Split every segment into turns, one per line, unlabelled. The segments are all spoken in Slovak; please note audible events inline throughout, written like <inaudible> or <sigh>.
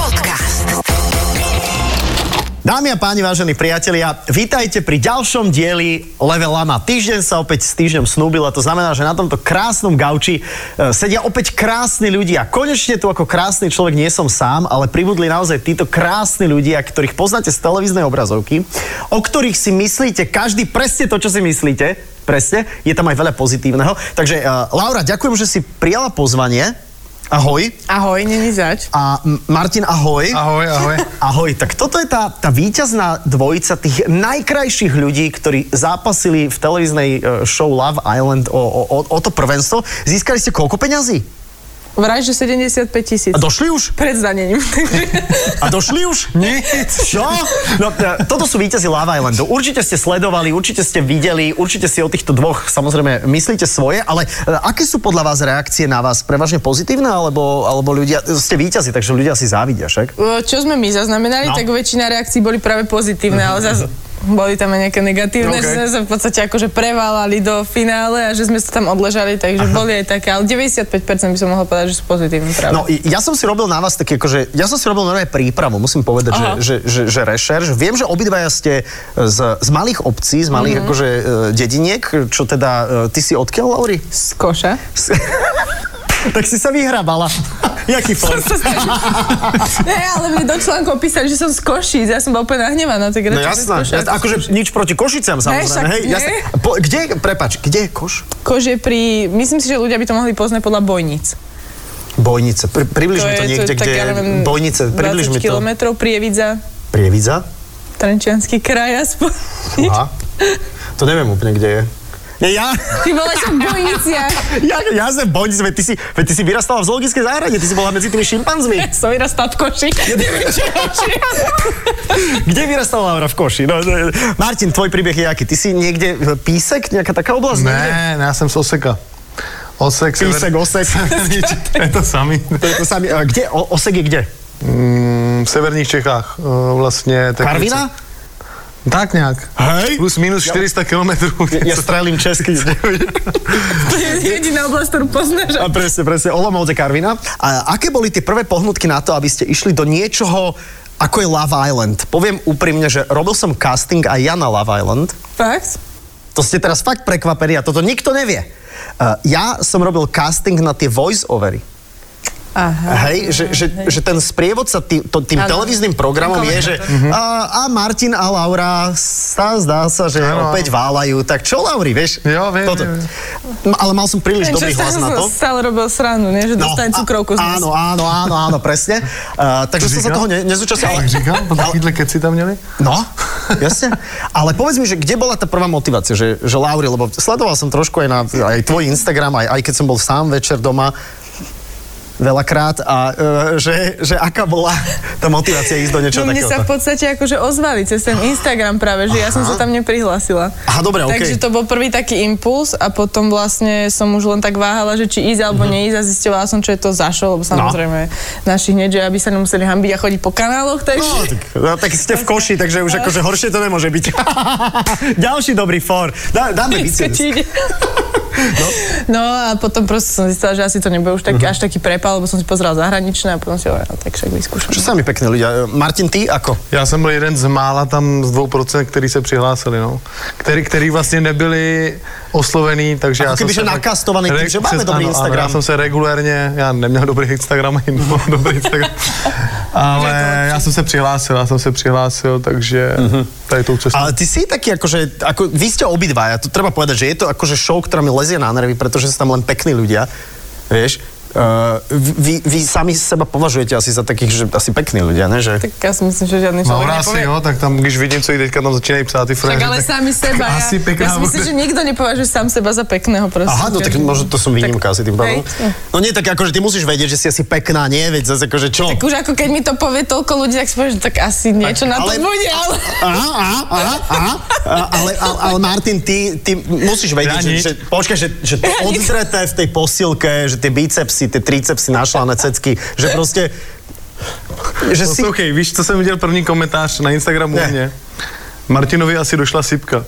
Podcast.
Dámy a páni, vážení priatelia, vítajte pri ďalšom dieli Level Lama. Týždeň sa opäť s týždňom snúbil a to znamená, že na tomto krásnom gauči e, sedia opäť krásni ľudia. Konečne tu ako krásny človek nie som sám, ale pribudli naozaj títo krásni ľudia, ktorých poznáte z televíznej obrazovky, o ktorých si myslíte, každý presne to, čo si myslíte, presne, je tam aj veľa pozitívneho. Takže e, Laura, ďakujem, že si prijala pozvanie. Ahoj.
Ahoj, není zač.
A M- Martin, ahoj.
Ahoj, ahoj.
<laughs> Ahoj, tak toto je tá, tá víťazná dvojica tých najkrajších ľudí, ktorí zápasili v televíznej e, show Love Island o, o, o- o to prvenstvo. Získali ste koľko peňazí?
Vraj, že 75 tisíc.
A došli už?
Pred <laughs> zdanením.
A došli
<laughs>
už? Nic. Čo? No, e, toto sú víťazi Love Islandu. Určite ste sledovali, určite ste videli, určite si o týchto dvoch samozrejme myslíte svoje, ale e, aké sú podľa vás reakcie na vás? Prevažne pozitívne, alebo, alebo ľudia, ste víťazi, takže ľudia si závidia však?
Čo sme my zaznamenali,
No.
tak väčšina reakcií boli práve pozitívne, ale zase boli tam aj nejaké
<laughs> No,
negatívne,
OK.
že sme sa v podstate akože prevalali do finále a že sme sa tam odležali, takže boli aj také, ale 95% by som mohla povedať, že sú pozitívne práve.
No, i- ja som si robil na vás také, akože, ja som si robil normálne prípravu, musím povedať, že,
Aha.
že, že, že rešerš. Viem, že obidvaja ste z, z malých obcí, z malých
Mhm.
mm-hmm. akože e, dediniek, čo teda, e, ty si odkiaľ, Lauri?
Z koša.
S- tak si sa vyhrabala. <laughs> Jaký fond? <laughs>
ne, ale mne do článku písali, že som z Košíc, ja som bola úplne nahnevaná, tak
No
radšej že z
jasná,
Koša.
jasná, akože nič proti Košiciam samozrejme,
však
hej,
nie.
jasná. Po, kde, prepač, kde je Koš?
Koš je pri, myslím si, že ľudia by to mohli poznať podľa bojníc.
Bojnice, Pri, približ mi to
je-
niekde,
je
kde
tak, ja neviem,
Bojnice, približ
20
mi to.
kilometrov, Prievidza,
Prievidza?
Trenčianský kraj aspoň.
Aha. To neviem úplne, kde je. Nie, ja...
Ty bola som v Bojniciach.
Ja, <laughs> ja som boň, veď ty, si, veď ty si vyrastala v zoologickej záhrade, ty si bola medzi tými <laughs> šimpanzmi.
Som raz tatkoši.
Kde vyrastala Laura v koši? No, no, Martin, tvoj príbeh je aký? Ty si niekde v písek, nejaká taká oblasť? Niekde?
Ne, ne, já jsem z Oseka. Osek, sever-
Písek, <laughs> osek.
severní Č- je to samý.
To je to sami, a kde, o, osek je kde?
Mm, v severních Čechách eh, vlastně. Teplice.
Karvina?
Tak nějak.
Hej.
Plus minus 400 kilometrů.
Ja strelím <laughs> česky.
To je jediná oblasť, ktorú poznáš.
A presne, presne, Olomouc je Karvina. A aké boli tie prvé pohnutky na to, aby ste išli do niečoho, ako je Love Island? Poviem úprimne, že robil som casting aj ja na Love Island.
Fakt?
To ste teraz fakt prekvapení a toto nikto nevie. Uh, ja som robil casting na tie voice-overy.
Aha.
Hej, že, že, že ten sprievodca tý, to, tým
Áno.
televíznym programom je, že a, a Martin a Laura sa zdá sa, že
Áno,
opäť válajú. Tak čo, Lauri, vieš?
Jo, viem,
Toto.
viem,
M- Ale mal som príliš dobrý hlas na to. No,
stále robil srandu, nie? Že dostane
a-
cukrovku z nás.
áno, áno, áno, áno, presne. Uh, takže som sa
Říkal?
toho ne, nezúčastnil. ale-
Jak říkám, po takovýhle keci tam měli.
No, <laughs> jasne. Ale povedz mi, že kde bola tá prvá motivácia, že, že Lauri, lebo sledoval som trošku aj, na, aj tvoj Instagram, aj, aj keď som bol sám večer doma, veľakrát a e, že, že aká bola tá motivácia ísť do niečoho
No mne sa v
takéhoto?
podstate akože ozvali cez ten Instagram práve, že ja som sa tam neprihlásila.
Aha, dobre, okej.
Takže to bol prvý taký impuls a potom vlastne som už len tak váhala, že či ísť
Mhm.
alebo neísť a zistila som, čo je to za show,
No.
lebo samozrejme naši hneď, že aby sa nemuseli hambiť a chodiť po kanáloch, takže...
No, tak, no, tak ste v koši, takže už akože horšie to nemôže byť. <laughs> Ďalší dobrý for. Dá,
<laughs>
dáme biceps.
skočiť. No. no a potom proste som zistila, že asi to nebude už tak,
Mhm.
až taký prepal, lebo som si pozerala zahraničné a potom si hovorila, "No, tak však vyskúšam.
Čo sa mi pekne ľudia. Martin, ty ako?
Já jsem byl jeden z mála tam z 2%, který se přihlásili, no. Který, který vlastně nebyli oslovený, takže
Ako
já jsem
keby, že
se... tak-
nakastovaný tím,
Re-
že máme
přes-
dobrý
ano, ano,
Instagram.
Já jsem se regulérně, já neměl dobrý Instagram, <laughs> ani nemám dobrý
<laughs>
Instagram, ale já jsem se přihlásil, já jsem se přihlásil, takže
Mhm.
tady tou cestou.
Ale ty si taký akože, ako, vy ste obidvaja, to treba povedať, že je to akože show, ktorá mi lezie na nervy, pretože sú tam len pekní ľudia, vieš. Uh, vy, vy sami seba považujete asi za takých, že asi pekní ľudia, ne? Že...
Tak ja si myslím, že
No,
žiadny človek
Laura asi
nepovie.
No, jo, tak tam, když vidím, co jí teďka tam začínají psát ty
Tak
frajeři,
ale sami seba. Ja,
asi pekná
ja si myslím,
bude.
že nikto nepovažuje sám seba za pekného proste.
Aha, no tak
Každý-
možno to som výnimka asi tým pádom.
Hej.
No nie, tak akože ty musíš vedieť, že si asi pekná, nie? Veď zase akože čo?
Už ako keď mi to povie toľko ľudí, tak si povieš, tak asi niečo na to
ale-
bude, ale...
Aha, aha, aha, aha. A- Ale, ale, ale Martin, ty, ty musíš vedieť,
Ja
že,
nič.
že, počkaj, že, že to
Ja nič.
odzreté v tej posilke, že tie bicepsy, tie tricepsy našlané cecky, že proste Že si...
Poslouchej, víš, co jsem viděl první komentář na Instagramu
Ne.
u mě? Martinovi asi došla sypka.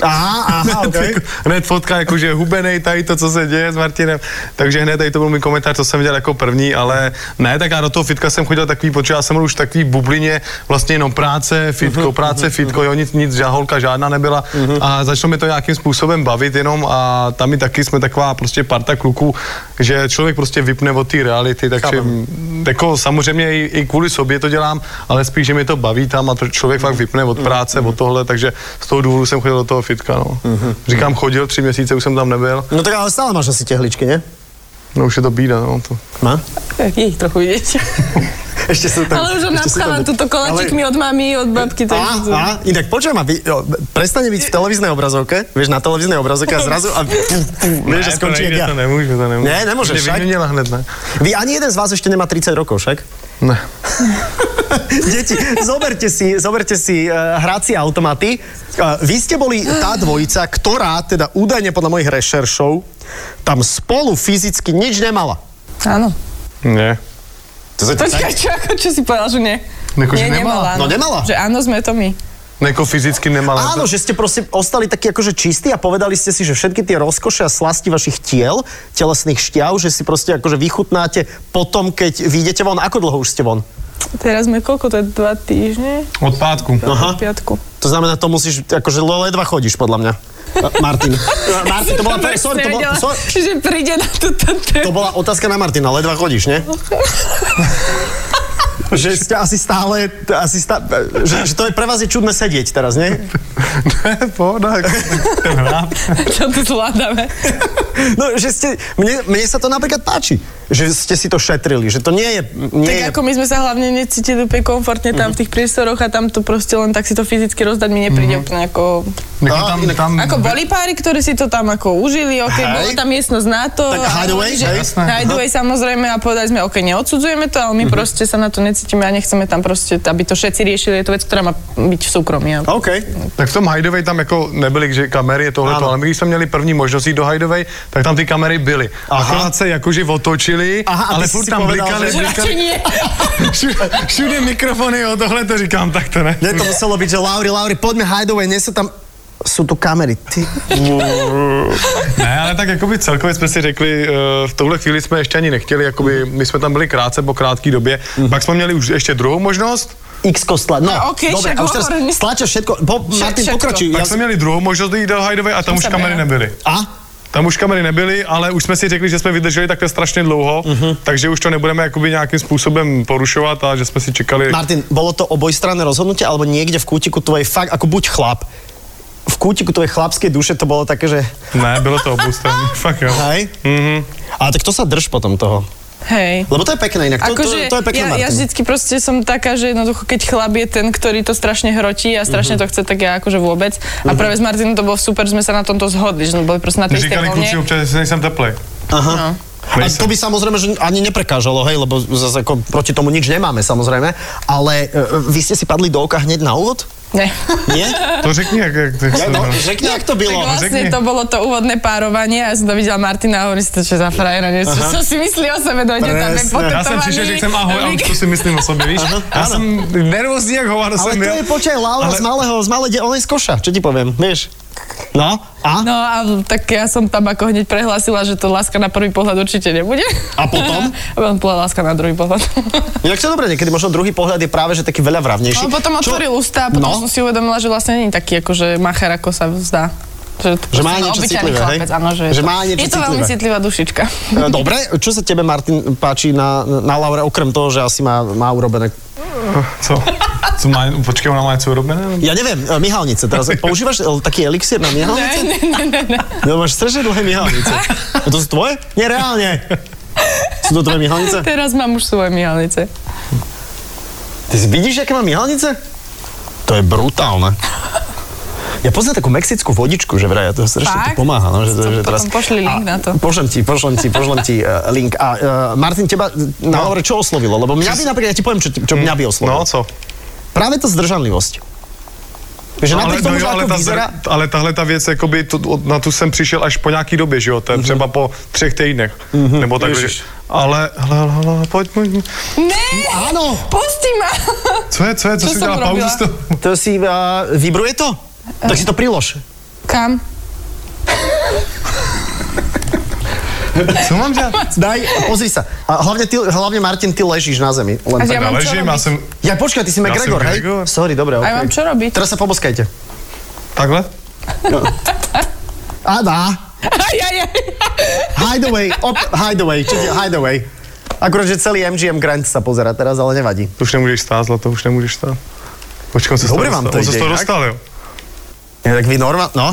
Aha,
<laughs>
aha, <laughs> okay.
Jako, hned fotka, jakože je hubenej, tady to, co se děje s Martinem. Takže hned tady to byl můj komentář, co jsem dělal jako první, ale ne, tak já do toho fitka jsem chodil takový, protože já jsem byl už v takový bublině, vlastně jenom práce, fitko, práce, fitko, jo, nic, nic, žá- holka žádná nebyla a začalo mi to nějakým způsobem bavit jenom a tam my taky jsme taková prostě parta kluků, že člověk prostě vypne od té reality, takže m, jako samozřejmě i, i kvůli sobě to dělám, ale spíš, že mě to baví tam a to člověk fakt vypne od práce, od tohle, takže z toho důvodu jsem chodil do toho fitka, no. Říkám, chodil, tři měsíce už jsem tam nebyl,
No tak ale stále máš asi tehličky, nie?
no už je to bída, no. To.
No?
Tak je ich trochu vidieť.
Ešte sú tam...
Ale už ho
ešte sú tam-
napchávam tuto koláčikmi od mami, od babky.
Á,
Takže...
á, inak počujem ma, vy- jo, prestane byť v televíznej obrazovke, vieš, na televíznej obrazovke a zrazu a pf, pf, vieš, že
to
skončí jak
nejde,
ja.
to nemůžu, to nemůžu.
Ne, nemůžeš,
Kdyby
však.
vyměnila hned, ne.
Vy ani jeden z vás ešte nemá 30 rokov, však?
Ne.
Deti, zoberte si, zoberte si uh, hracie automaty. Uh, vy ste boli tá dvojica, ktorá teda údajne podľa mojich rešeršov tam spolu fyzicky nič nemala.
Áno.
Ne.
Počkaj, čo, ako, čo si povedal, že nie?
Ako, že
nie,
nemala.
No, nemala.
Že áno, sme to my.
Neko fyzicky nemala.
Áno, že ste proste ostali takí akože čistí a povedali ste si, že všetky tie rozkoše a slasti vašich tiel, telesných šťav, že si proste akože vychutnáte potom, keď vyjdete von. Ako dlho už ste von?
Teraz sme koľko, to je dva týždne?
Od pátku.
Aha.
Aha. piatku.
To znamená, to musíš, akože ledva chodíš, podľa mňa. A-
<laughs>
Martin. A- Martin, to bola,
Som
sorry, to bola,
nevedela,
sorry,
Že príde na túto
to
tému.
bola otázka na Martina, ledva chodíš, ne? že ste asi stále, t- asi stá, že, že to je pre vás je čudné sedieť teraz, nie?
<laughs> ne, <laughs> pohoda. jako-
Čo tu zvládame?
No, že ste, mne, mne sa to napríklad páči, že ste si to šetrili, že to nie je... Nie Mhm. je
Tak ako my sme sa hlavne necítili úplne komfortne tam v tých priestoroch a tam to proste len tak si to fyzicky rozdať mi
Mhm.
nepríde úplne ako...
No,
Jako tam, tam,
Ako boli páry, ktorí si to tam ako užili,
Mm.
ok,
Hej.
bola tam miestnosť na to.
Tak
a
hideaway,
hovorí, že-
hej.
Jasné.
Hideaway samozrejme a povedali sme, ok, neodsudzujeme to, ale my
Mhm.
proste sa na to necítime a nechceme tam proste, aby to všetci riešili, je to vec, ktorá má byť v súkromí. a-
OK.
Tak v tom Hideaway tam jako nebyly že kamery, je tohle,
Ano.
ale my když jsme měli první možnost jít do Hideaway, tak tam ty kamery byly.
Aha.
Akorát se jakože otočili,
Aha, a ty
ale
jsi
furt
si
tam
povedal,
blikali,
že-
Že radšej
blikali,
nie.
<laughs> všude, všude mikrofony, jo, tohle to říkám, tak to ne.
Nie, to muselo byť, že Lauri, Lauri, poďme hideaway, nie sú tam... Sú tu kamery, ty.
Ne, ale tak jakoby celkově jsme si řekli, eh, v tuhle chvíli jsme ještě ani nechtěli, jakoby my jsme tam byli krátce po krátké době,
Mhm.
pak jsme měli už ještě druhou možnost,
X kostla. No,
No, okej,
dobre,
však
a už teraz
hovor.
stlača všetko. Po, Martin,
všetko.
pokračuj.
pak
Ja...
jsme měli druhou možnost jít do Hideaway a tam už
se
kamery
bere.
nebyly.
A?
Tam už kamery nebyly, ale už jsme si řekli, že jsme vydrželi takhle strašně dlouho,
Mhm.
uh-huh. takže už to nebudeme jakoby nějakým způsobem porušovat a že jsme si čekali.
Martin, bolo to obojstranné rozhodnutie, alebo niekde v kútiku tvojej fakt, ako buď chlap, v kútiku tvojej chlapskej duše to bolo také, že
Ne, bylo to
<laughs>
oboustranné, fakt jo.
hej? Mm-hmm. Ale tak to sa drž potom toho.
Hej.
Lebo to je pekné inak. To, to,
Akože
to je pekné,
ja, ja
Martin.
vždycky proste som taká, že jednoducho, keď chlap je ten, ktorý to strašne hrotí a strašne
Mhm.
to chce, tak ja akože vôbec. A práve s Martinom to bolo super, že sme sa na tomto zhodli, že sme boli proste na tej istej
Říkali kluci
vlne.
občas, že nejsem teplej.
Aha.
No.
A to by samozrejme že ani neprekážalo, hej, lebo zase ako proti tomu nič nemáme samozrejme, ale e, vy ste si padli do oka hneď na úvod?
Ne.
Nie?
To řekni, jak, jak, jak se
No,
jmenuje.
řekni, jak to
Tak
bylo.
vlastne
řekni.
to bolo to úvodné párovanie a ja som to videla Martina a hovorím si to, čo za frajera, neviem, čo, čo si myslí o sebe, dojde tam je
Presne.
Já jsem přišel, že jsem ahoj a už to si myslím o sobě, víš? Já
ano.
jsem nervózní jak hovado
Ale
jsem
to
jo.
je, počkaj, Laura
Ale-
z malého, z malé, de- ona je z koša, čo ti poviem, vieš? No, a?
No a tak ja som tam ako hneď prehlásila, že to láska na prvý pohľad určite nebude.
A potom?
<laughs> A potom bola láska na druhý pohľad.
Inak to je dobré, niekedy možno druhý pohľad je práve, že taký veľa vravnejší.
No, potom otvoril ústa a potom
No.
som si uvedomila, že vlastne nie je taký akože macher, ako sa zdá. Že, to
Že má
proste
niečo
obyčajný
citlivé, hej?
chlapec, áno, že, je
Že
to-
má niečo
Je to veľmi
citlivé.
citlivá dušička.
E, Dobre, čo sa tebe, Martin, páči na, na Laure, okrem toho, že asi má, má urobené...
Co? Co má, počkej, ona má něco urobené?
Ja neviem, e, Mihalnice teraz. Používaš e, taký elixír na
Ne,
Mihalnice?
ne, ne, ne, ne.
No máš strašne dlhé
<laughs>
Mihalnice. A to sú tvoje? Nie, reálne. Sú to tvoje Mihalnice?
Teraz mám už svoje mihalice.
Ty si vidíš, aké má Mihalnice? To je brutálne. Ja poznám takú mexickú vodičku, že vraj, a to strašne to
Fakt?
pomáha. No, že, to,
To
že
potom pošli link na to.
Pošlem ti, pošlem ti, pošlem
<laughs>
ti uh, link. A uh, Martin, teba na no. Mm, čo oslovilo? no. Lebo mňa by napríklad, ja ti poviem, čo, ti- čo mňa by oslovilo.
No, co?
Práve tá zdržanlivosť. Takže no, napriek tomu, že
jo,
ako
ale, ta,
vyzerá...
ale tahle ta věc, jakoby, to, od- na tu jsem přišel až po nějaký době, že jo? To je třeba po třech týdnech. Nebo tak, že,
Mhm. Ježiš.
ale, hele, hele, hele, pojď, pojď,
Ne!
Áno,
Pusti ma!
co je, co je, co,
Co
jsi
jsem
udělal pauzu
robila?
z toho?
to si uh, vibruje to? Tak si to prilož.
Kam?
<laughs> Co mám dělat?
Daj, pozri sa. A hlavne, ty, hlavne Martin, ty ležíš na zemi. Len
A
tak.
ja mám čo
ležím, já
robiť?
jsem
Ja počkaj, ty si McGregor,
som
hej?
Gregor.
Sorry, dobre,
A
okay.
ja mám čo robiť?
Teraz sa poboskajte.
takhle?
A dá.
Aj, aj, aj.
Hideaway, op, hideaway, čiže hideaway. Akurát, že celý MGM Grand sa pozera teraz, ale nevadí.
To už nemůžeš stát, zlato, už nemůžeš stát. Počkej, on se z toho
Dobrý vám
dostal,
to
on se z
jde,
toho
jak?
dostal, jo?
Ja, tak vy normálne, no.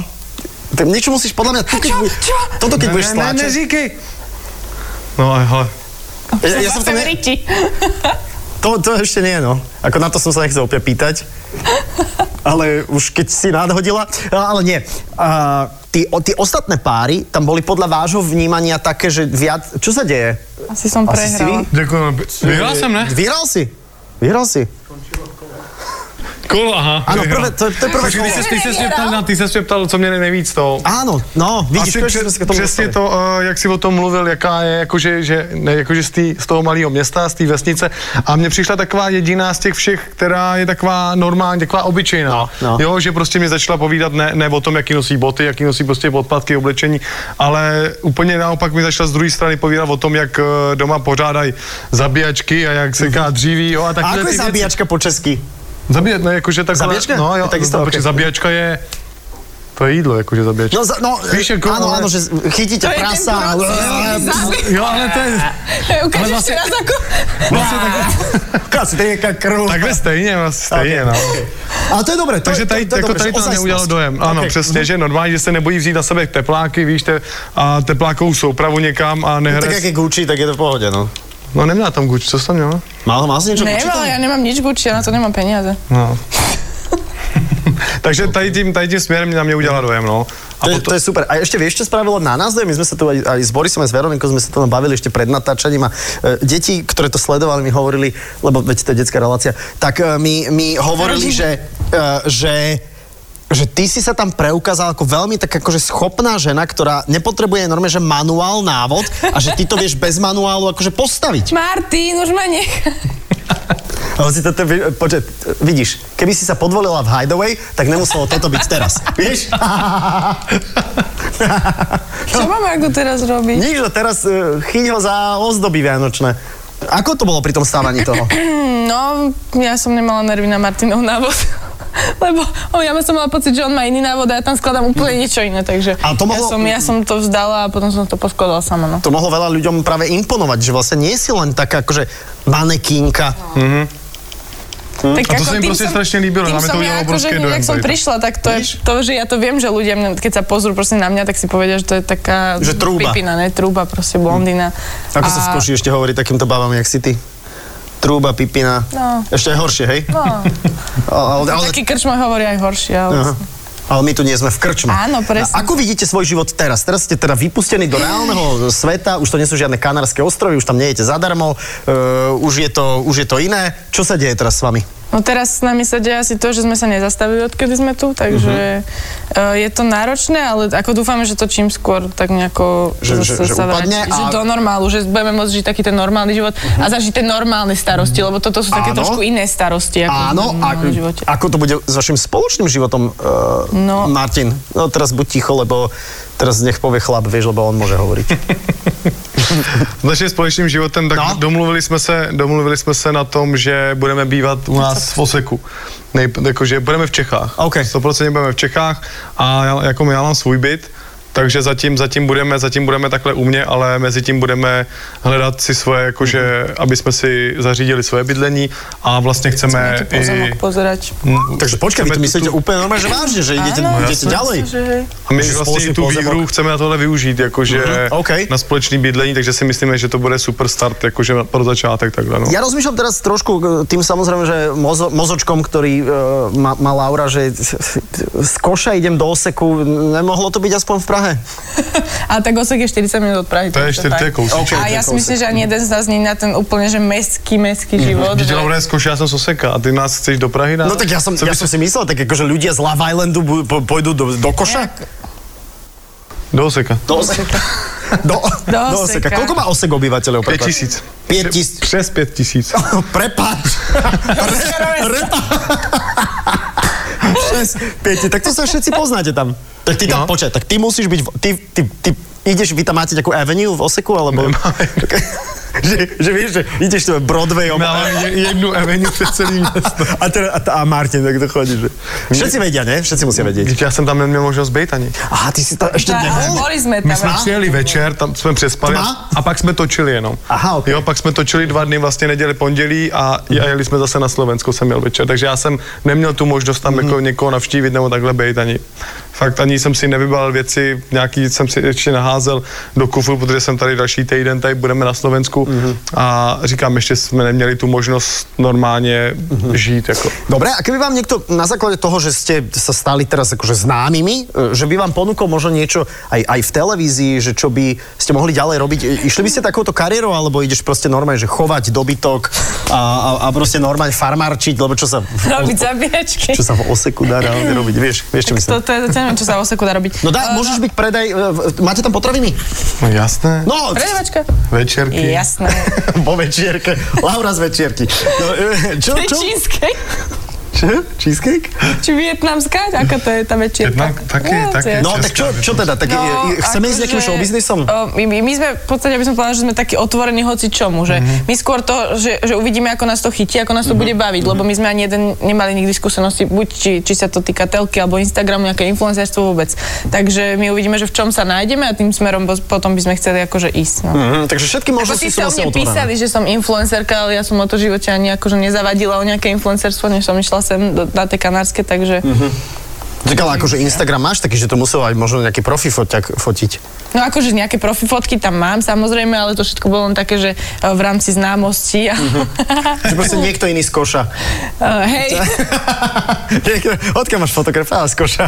Tak niečo musíš, podľa mňa, tu, keď,
čo?
bu-
Čo?
toto keď budeš
ne,
stláčať.
neříkej. No a hele,
Ja, ja som to, ne,
Riti.
to, to ešte nie, no. Ako na to som sa nechcel opäť pýtať. Ale už keď si nadhodila, a- ale nie. A, tí, o, tí ostatné páry tam boli podľa vášho vnímania také, že viac... Čo sa deje?
Asi som
Asi si
prehrala.
děkuji. Vyhrál jsem, ne?
Vyhral si. Vyhral si.
Kolo, aha.
Áno,
vyhrál.
prvé, to, je- to je prvé
Takže ty
kolo.
se, ty ses mě ptal, na- ty ses mě ptal, co mě nejvíc to.
Áno, no, vidíš,
Asi
konečne sme sa k
přes,
tomu
přesně
dostali.
to, eh, jak jsi o tom mluvil, jaká je, jakože, že, ne, jakože z, tý, z toho malého města, z té vesnice. A mně přišla taková jediná z těch všech, která je taková normální, taková obyčejná. No,
no.
Jo, že prostě mi začala povídat ne, ne o tom, jaký nosí boty, jaký nosí prostě podpadky, oblečení, ale úplně naopak mi začala z druhé strany povídat o tom, jak eh, doma pořádají zabíjačky a jak seká dříví. Jo, a
Mhm. A
takové
ako
ty
je
věci.
zabíjačka po česky?
Zabíja, no, jakože takhle,
Zabíjačka?
No,
Je
jo,
takisto,
no,
ok.
počkej, zabíjačka je... To je jídlo, jakože zabíjačka.
No, za, no
Víš, ako-
áno, áno, že chytíte
To je ten
prasa.
proces, ktorý zabi-
jo, ale to je...
Ukáž
Ale
ešte
vlastne-
raz ako...
Vlastně
<laughs>
takhle,
Kastrieka krv.
takhle stejně, vlastně stejně, no.
Ale to je dobré. To,
Takže
je-
tady,
to, to, je
jako
dobré,
tady
že
to
ozajstnosť.
neudělalo dojem. Ano,
Ok. Mhm.
přesně, že normálně, že se nebojí vzít na sebe tepláky, víš, te, a teplákovou soupravu někam a
No, Tak jak
nehraje.
je Gucci, tak je to v pohode, no.
No neměla tam Gucci, co jsi tam měla?
Mal, mal si niečo
Ne,
Gucci tam?
ale ja nemám nič Gucci, ja na to nemám peniaze.
<laughs>
No. <laughs> Takže tady tím, tady tím směrem na mě udělala dojem, no. A
To je,
potom,
to je super. A ešte vieš, čo spravilo na nás? dojem? My sme sa tu aj, aj s Borisom, aj s Veronikou sme sa tu bavili ešte pred natáčaním a e, deti, ktoré to sledovali, mi hovorili, lebo veď to je detská relácia, tak e, mi, mi hovorili, že, e, že že ty si sa tam preukázala ako veľmi tak akože schopná žena, ktorá nepotrebuje normálne, že manuál, návod a že ty to vieš bez manuálu akože postaviť.
Martin, už ma nech.
Ale si toto, vy- počet, vidíš, keby si sa podvolila v Hideaway, tak nemuselo toto byť teraz. <laughs> Vieš? No.
Čo mám ako teraz robiť?
Nič, no teraz uh, chyť ho za ozdoby vianočné. Ako to bolo pri tom stávaní toho?
No, ja som nemala nervy na Martinov návod. <laughs> Lebo o, ja som mala pocit, že on má iný návod a ja tam skladám úplne niečo iné, takže
A to mohlo-
ja, som, ja som to vzdala a potom som to poskladala sama, no.
To mohlo veľa ľuďom práve imponovať, že vlastne nie si len taká akože manekínka.
Hm. Tak
A to sa im
tým
proste
som-
strašne líbilo,
tým
na mňa to
som
udialo
ja akože,
obrovský dojem
Jak som
tady to.
prišla, tak to je to, že ja to viem, že ľudia, mňa, keď sa pozrú proste na mňa, tak si povedia, že to je taká
Že trúba. Mm.
pipina, ne? Trúba, proste blondina.
Ako sa v Koši ešte hovorí takýmto bábam, jak si ty? Trúba, pipina.
No.
Ešte aj horšie, hej?
No,
Ale, ale, ale,
taký krčma hovorí aj horšie, ale...
aha. ale my tu nie sme v krčme.
Áno, presne.
A ako vidíte svoj život teraz? Teraz ste teda vypustení do reálneho sveta, už to nie sú žiadne kanárske ostrovy, už tam nejete zadarmo, uh, už, je to, už je to iné. Čo sa deje teraz s vami?
No teraz s nami sa deje asi to, že sme sa nezastavili, odkedy sme tu,
Mhm.
takže uh-huh. je to náročné, ale ako dúfame, že to čím skôr tak nejako
Že- že- že
zase
upadne
vráti, že
a- Mhm.
do normálu, že budeme môcť žiť taký ten normálny život a zažiť tie normálne starosti, lebo toto sú také
Áno.
trošku iné starosti ako
Áno,
v
a
normálnom živote.
ako to bude s vašim spoločným životom, uh, no.
No.
Martin? No teraz buď ticho, lebo teraz nech povie chlap, vieš, lebo on môže hovoriť.
s naším společným životem, tak
No.
no. domluvili, jsme se, domluvili jsme se na tom, že budeme bývat u nás v Oseku. Nejp, jakože budeme v Čechách.
OK.
100% budeme v Čechách a já, jako já mám svůj byt, takže zatím, zatím, budeme, zatím budeme takhle u mě, ale mezi tím budeme hledat si svoje, jakože,
Mhm.
aby jsme si zařídili svoje bydlení a vlastně chceme
Nejaký pozemok pozerať.
Mm,
<laughs> Takže počkaj, vy to
chceme
myslíte
tu-
úplne normálne, že vážne, že idete,
Áno,
idete
jasné.
ďalej.
Že hej.
A my
Takže
vlastně
společný
i tu
pozemek.
výhru chceme na tohle využít, jakože
Mhm, OK.
na společný bydlení, takže si myslíme, že to bude super start, jakože na- pro začátek takhle. No.
Ja rozmýšľam teraz e, trošku e, tým samozrejme, že mozo, mozočkom, ktorý uh, má, má Laura, že z koša idem do oseku, nemohlo to byť aspoň v Prahe?
A tak osek je 40 minút od Prahy.
To
takže
je 4
tak.
kousíček.
A ja si
kousek.
myslím, že ani jeden z nás není na ten úplne, že mestský, mestský život. že-
Vidíte, Laura, skúšal som soseka a ty nás chceš do Prahy dať?
No tak ja som,
Co
ja
by
som si myslel, tak akože ľudia z Love Islandu bu- po- pôjdu do, do koša?
Do oseka.
Do oseka. Do, do,
Do
oseka.
Oseka.
Koľko má osek obyvateľov?
5
prepáč?
tisíc.
5 tisíc.
Přes 5 tisíc.
<laughs> Prepáč. Re-
<laughs>
Repa. Šesť, Pieti, tak to sa všetci poznáte tam. Tak ty tam, no.
No.
počkaj, tak ty musíš byť, v- ty, ty, ty, ideš, vy tam máte takú avenue v Oseku, alebo... <laughs>
Nemáme.
že, že vieš, že ideš tu Broadwayom
Máme
a,
je- jednu eveniu přes celý město.
<laughs> a, teda, a, tá- a Martin takto chodí, že... Všetci vedia, ne? Všetci musia vedieť.
Vždyť Já jsem tam neměl možnost být ani.
Aha, ty si tam ešte
Tak, ale
nebol?
boli sme tam.
My jsme
no.
přijeli večer, tam jsme přespali
Tma?
a, a pak jsme točili jenom.
Aha, ok.
Jo, pak jsme točili dva dny, vlastně neděli, pondělí a j- a jeli jsme zase na Slovensko, jsem měl večer. Takže já jsem neměl tu
Mhm.
možnost tam jako někoho navštívit nebo takhle být ani. Fakt ani jsem si nevybal věci, nějaký jsem si ještě naházel do kufru, protože jsem tady další týden, tady budeme na Slovensku
Mhm.
a říkám, ještě jsme neměli tu možnost normálně
Mhm.
žít jako.
Dobre, a keby vám niekto na základe toho, že ste sa stali teraz akože známymi, e, že by vám ponúkol možno niečo aj, aj v televízii, že čo by ste mohli ďalej robiť, e, išli by ste takouto kariérou, alebo ideš proste normálne, že chovať dobytok a, a, a proste normálne farmárčiť, lebo čo sa, v-
Robiť zabíjačky.
čo sa v oseku dá reálne robiť, vieš, vieš čo myslím.
Toto je zatiaľ, neviem, čo sa v oseku dá robiť.
No dá, môžeš byť predaj, e, v- máte tam potraviny?
No jasné,
No,
Predavačka?
večerky.
Jasné.
po večierke, Laura z večierky. No, e, čo,
To je
čo?
čínskej?
Čo? Cheesecake?
Či vietnamská? Aká to je tá večierka?
Jednak taky,
No, to
taky.
je-
No, tak čo, čo teda? Tak no, chceme ísť s
akože,
nejakým showbiznisom?
o, My, my my sme, v podstate, aby som povedala, že sme takí otvorení hoci čomu, že
Mhm.
my skôr to, že, že uvidíme, ako nás to chytí, ako nás to bude baviť, lebo
Mhm.
my sme ani jeden nemali nikdy skúsenosti, buď či, či sa to týka telky, alebo Instagramu, nejaké influencerstvo vôbec. Takže my uvidíme, že v čom sa nájdeme a tým smerom bo- potom by sme chceli akože ísť. No.
Mhm, takže všetky
Ako
možnosti
si
sú
ste o
vlastne
mne
otvorené.
písali, že som influencerka, ale ja som o to živote ani akože nezavadila o nejaké influencerstvo, než som išla sem do, na tie kanárske,
Mhm.
takže...
Čakala, akože Instagram máš taký, že to musel aj možno nejaký profi foťak fotiť.
No akože nejaké profi fotky tam mám samozrejme, ale to všetko bolo len také, že e, v rámci známosti a... <laughs>
Že proste niekto iný z koša. <laughs>
E, Hej,
Niekto- Odkiaľ máš fotograf? Ale z koša.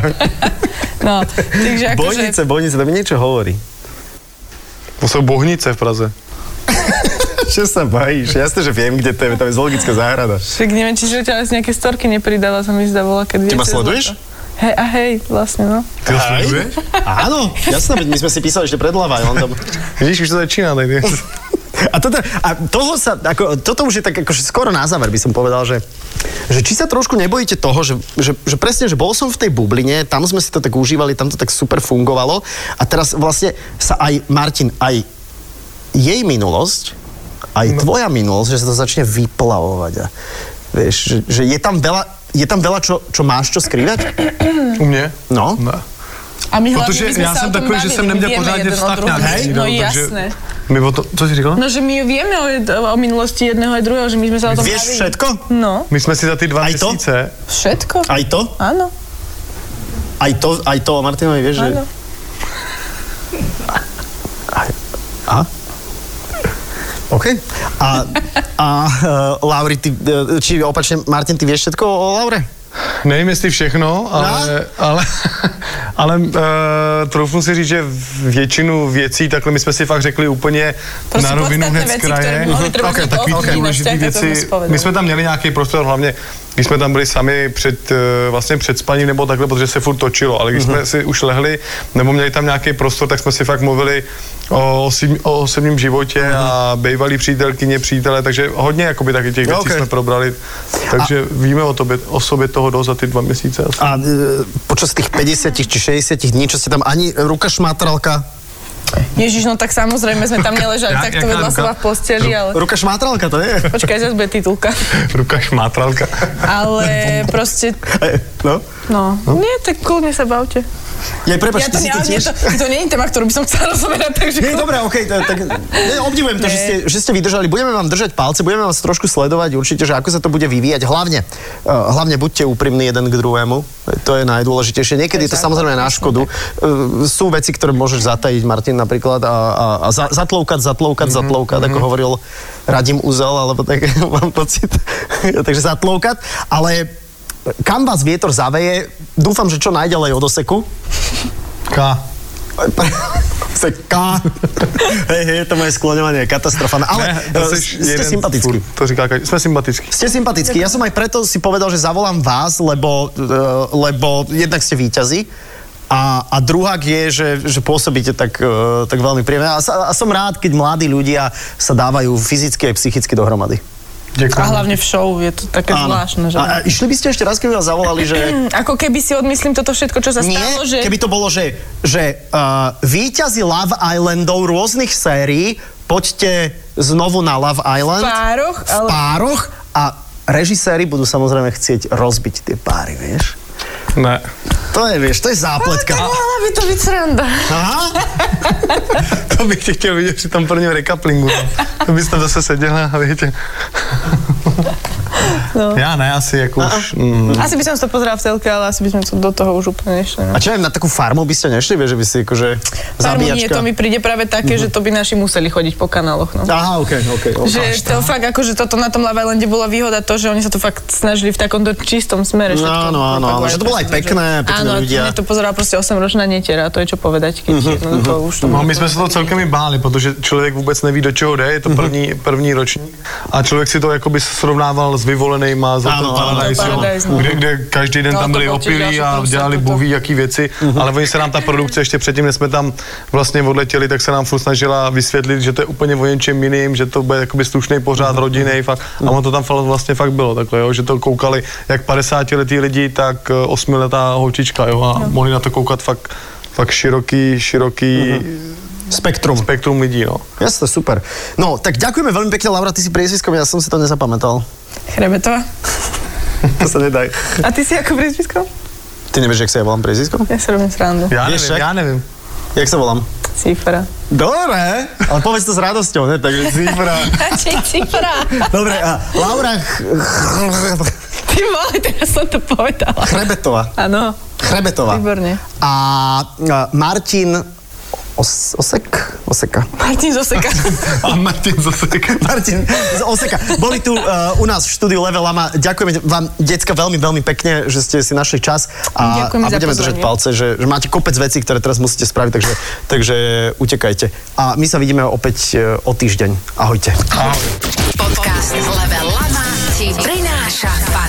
no, <laughs> takže akože...
Bojnice, bojnice, to mi niečo hovorí. <laughs>
To jsou bohnice v Praze.
Čo sa bojíš? Jasne, že viem, kde to je. Tam je zoologická záhrada.
Však neviem, či že ťa z nejaké storky nepridala, sa mi zdá, bola, keď...
Ty ma
viete,
sleduješ?
zlato. Hej, a hej, vlastne, no.
Ty ho
Aj?
sleduješ?
Áno, jasné, veď my sme si písali ešte pred Love Islandom. <laughs>
Vidíš, už to začíná tady.
A, toto, a toho sa, ako, toto už je tak akože skoro na záver by som povedal, že, že či sa trošku nebojíte toho, že, že, že presne, že bol som v tej bubline, tam sme si to tak užívali, tam to tak super fungovalo a teraz vlastne sa aj, Martin, aj jej minulosť, aj no. tvoja minulosť, že sa to začne vyplavovať a vieš, že, že je tam veľa, je tam veľa čo, čo máš čo skrývať?
U mě?
No.
Ne.
A my hlavne,
Protože
my sme
já
sa
jsem
o tom
takový, že
bavili,
jsem
my
neměl
vieme
pořádně
jeden o
vztah
druhom.
nějaký.
No
takže
jasné.
My o to, co jsi říkal?
No, že my vieme o, o minulosti jedného aj druhého, že my sme sa o tom
Vieš
bavili.
všetko?
No,
My jsme si za ty dva
Aj to?
měsíce,
všetko.
Aj to?
Áno,
Aj to, aj to o Martinovi, vieš, že...
áno.
Aha. OK. A, a uh, Lauri, ty, uh, či opačne, Martin, ty vieš všetko o Laure?
nevím jestli všechno, ale, ale, ale uh, troufnu si říct, že většinu věcí, takhle my jsme si fakt řekli úplně
To
na
jsou
rovinu
podstatné
hned z
věci, které
kraje.
by mohly trvat
Ok,
i po
takový ty
hodinu, než
důležitý
jste to
věci.
rozpovedali.
My jsme tam měli nějaký prostor, hlavně když jsme tam byli sami před, eh, vlastně před spaním nebo takhle, protože se furt točilo, ale když jsme si už lehli nebo měli tam nějaký prostor, tak jsme si fakt mluvili o, osim, o osobním životě a bývalý přítelkyně, přítele, takže hodně jakoby taky těch věcí
Ok.
jsme probrali. Takže víme o, tobě, o sobě toho dost za ty dva měsíce. Asi.
A uh, počas tých 50 či 60 dní, čo ste tam ani ruka šmátralka,
Ježiš, no tak samozrejme sme tam neležali
Ja-
takto
jaká
vedľa
ruka?
seba v posteli, ale...
ruka šmátralka, to je? <laughs>
Počkaj, zase bude titulka.
Ruka šmátralka.
Ale proste,
No.
no. Nie, tak kľudne sa bavte.
Ja, prepač, ty
Ja to,
si
nie,
to
nie,
tiež...
to, to nie je téma, ktorú by som chcela rozoberať, takže...
Nie, dobre, okej, okay, tak ne, obdivujem to, že ste, že ste vydržali. Budeme vám držať palce, budeme vás trošku sledovať určite, že ako sa to bude vyvíjať. Hlavne, eh, hlavne buďte úprimní jeden k druhému, to je najdôležitejšie. Niekedy je to samozrejme na škodu. Eh, Sú veci, ktoré môžeš zatajiť, Martin napríklad, a, a, a za, zatloukať, zatloukať, mm-hmm, zatloukať, ako hovoril <laughs> Radim Uzel, alebo tak mám pocit. Takže zatloukať, ale kam vás vietor zaveje, dúfam, že čo najďalej od oseku.
<laughs> K.
Se K. hej, hej, to moje skloňovanie je katastrofálne. Ale
Ne,
ne,
to jsi
ste
jeden
sympatickí.
furt, To říká, každý. jsme sympatický.
Ste sympatickí. Ja som aj preto si povedal, že zavolám vás, lebo, e, lebo jednak ste výťazí. A, a druhák je, že, že pôsobíte tak, e, tak veľmi príjemne. A, sa- a som rád, keď mladí ľudia sa dávajú fyzicky aj psychicky dohromady.
A
Děkuji.
hlavne v show je to také
Áno.
zvláštne, že... Hmm,
A, a išli by ste ešte raz, keby vás zavolali, že...
<clears throat> Ako keby si odmyslím toto všetko, čo sa
Nie,
stalo, že...
keby to bolo, že, že uh, výťazi Love Islandov rôznych sérií, poďte znovu na Love Island.
V pároch,
V
ale-
pároch a režiséri budú samozrejme chcieť rozbiť tie páry, vieš?
Ne. <laughs>
To je, vieš, to je zápletka.
Tak mohla by to byť sranda.
Aha,
To bych tě chtěl vidět při tom prvním recaplingu. To bys tam zase seděla <laughs> a víte.
No.
Já ne, asi jako už...
No.
Mm,
Asi by som si to pozerala v telke, ale asi by sme to do toho už úplne nešli. No.
A čo ja viem, na takú farmu by ste nešli, vieš, že by si akože
Farmu
zabíjačka... Mhm.
nie, to mi príde práve také, že to by naši museli chodiť po kanáloch. No.
Aha, okej, okej. Okay,
Že to fakt, akože toto na tom Love Islande bola výhoda to, že oni sa to fakt snažili v takomto čistom smere.
No,
všetko
áno, áno, áno,
propagovať.
že to bolo aj pekné, pekné
áno,
ľudia. Mhm,
Áno, to pozerala proste 8-ročná netiera, to je čo povedať, keď jednoducho už to
No, my jsme se to celkem i báli, protože člověk vůbec neví, do čeho jde, je
Mhm.
to první, první ročník a člověk si to jakoby srovnával s vyvolenýma, s
Ano,
ano,
ano.
Paradise, jo,
Paradise, no.
kde, kde každý den
No,
tam
to
byli
určitě,
opilí
já
a
jsem se Mhm.
dělali
to-
bohví jaký věci, ale oni se nám ta produkce ještě předtím, než jsme tam vlastně odletěli, tak se nám furt snažila vysvětlit, že to je úplně o něčem jiným, že to bude jakoby slušný pořád
Mhm.
rodinný fakt. A ono to tam fakt- vlastně fakt bylo takhle, jo, že to koukali jak 50 letý lidi, tak 8 letá holčička, jo, a
No.
mohli na to koukat fakt fakt široký, široký
Mhm.
Spektrum.
spektrum lidí, no.
Jasne, super. No, tak ďakujeme veľmi pekne, Laura, ty si priezviskom, ja som si to nezapamätal.
Chrebetová.
To sa nedá.
A ty si ako priezvisko?
Ty nevieš, jak sa ja volám priezviskom?
Ja sa robím srandu.
Já
Víš,
nevím,
jak?
já nevím.
Jak sa volám?
Cifra.
Dobre. Ale povedz to s radosťou, ne? Takže cifra.
Cifra.
Dobre, a Laura Ch- Ch-
Ty vole, teraz som to povedala.
Chrebetová.
Áno,
Chrebetová.
Výborne.
A, a Martin Os- Osek? Oseka.
Martin Zoseka.
A Martin zase.
Martin z Oseka. Boli tu uh, u nás v štúdiu Level Lama. Ďakujeme vám, decka, veľmi, veľmi pekne, že ste si našli čas a,
Ďakujeme
a
za
budeme
pozvanie.
držať palce, že, že máte kopec vecí, ktoré teraz musíte spraviť, takže, takže utekajte. A my sa vidíme opäť eh, o týždeň. Ahojte.
Podcast Level Lama ti prináša fan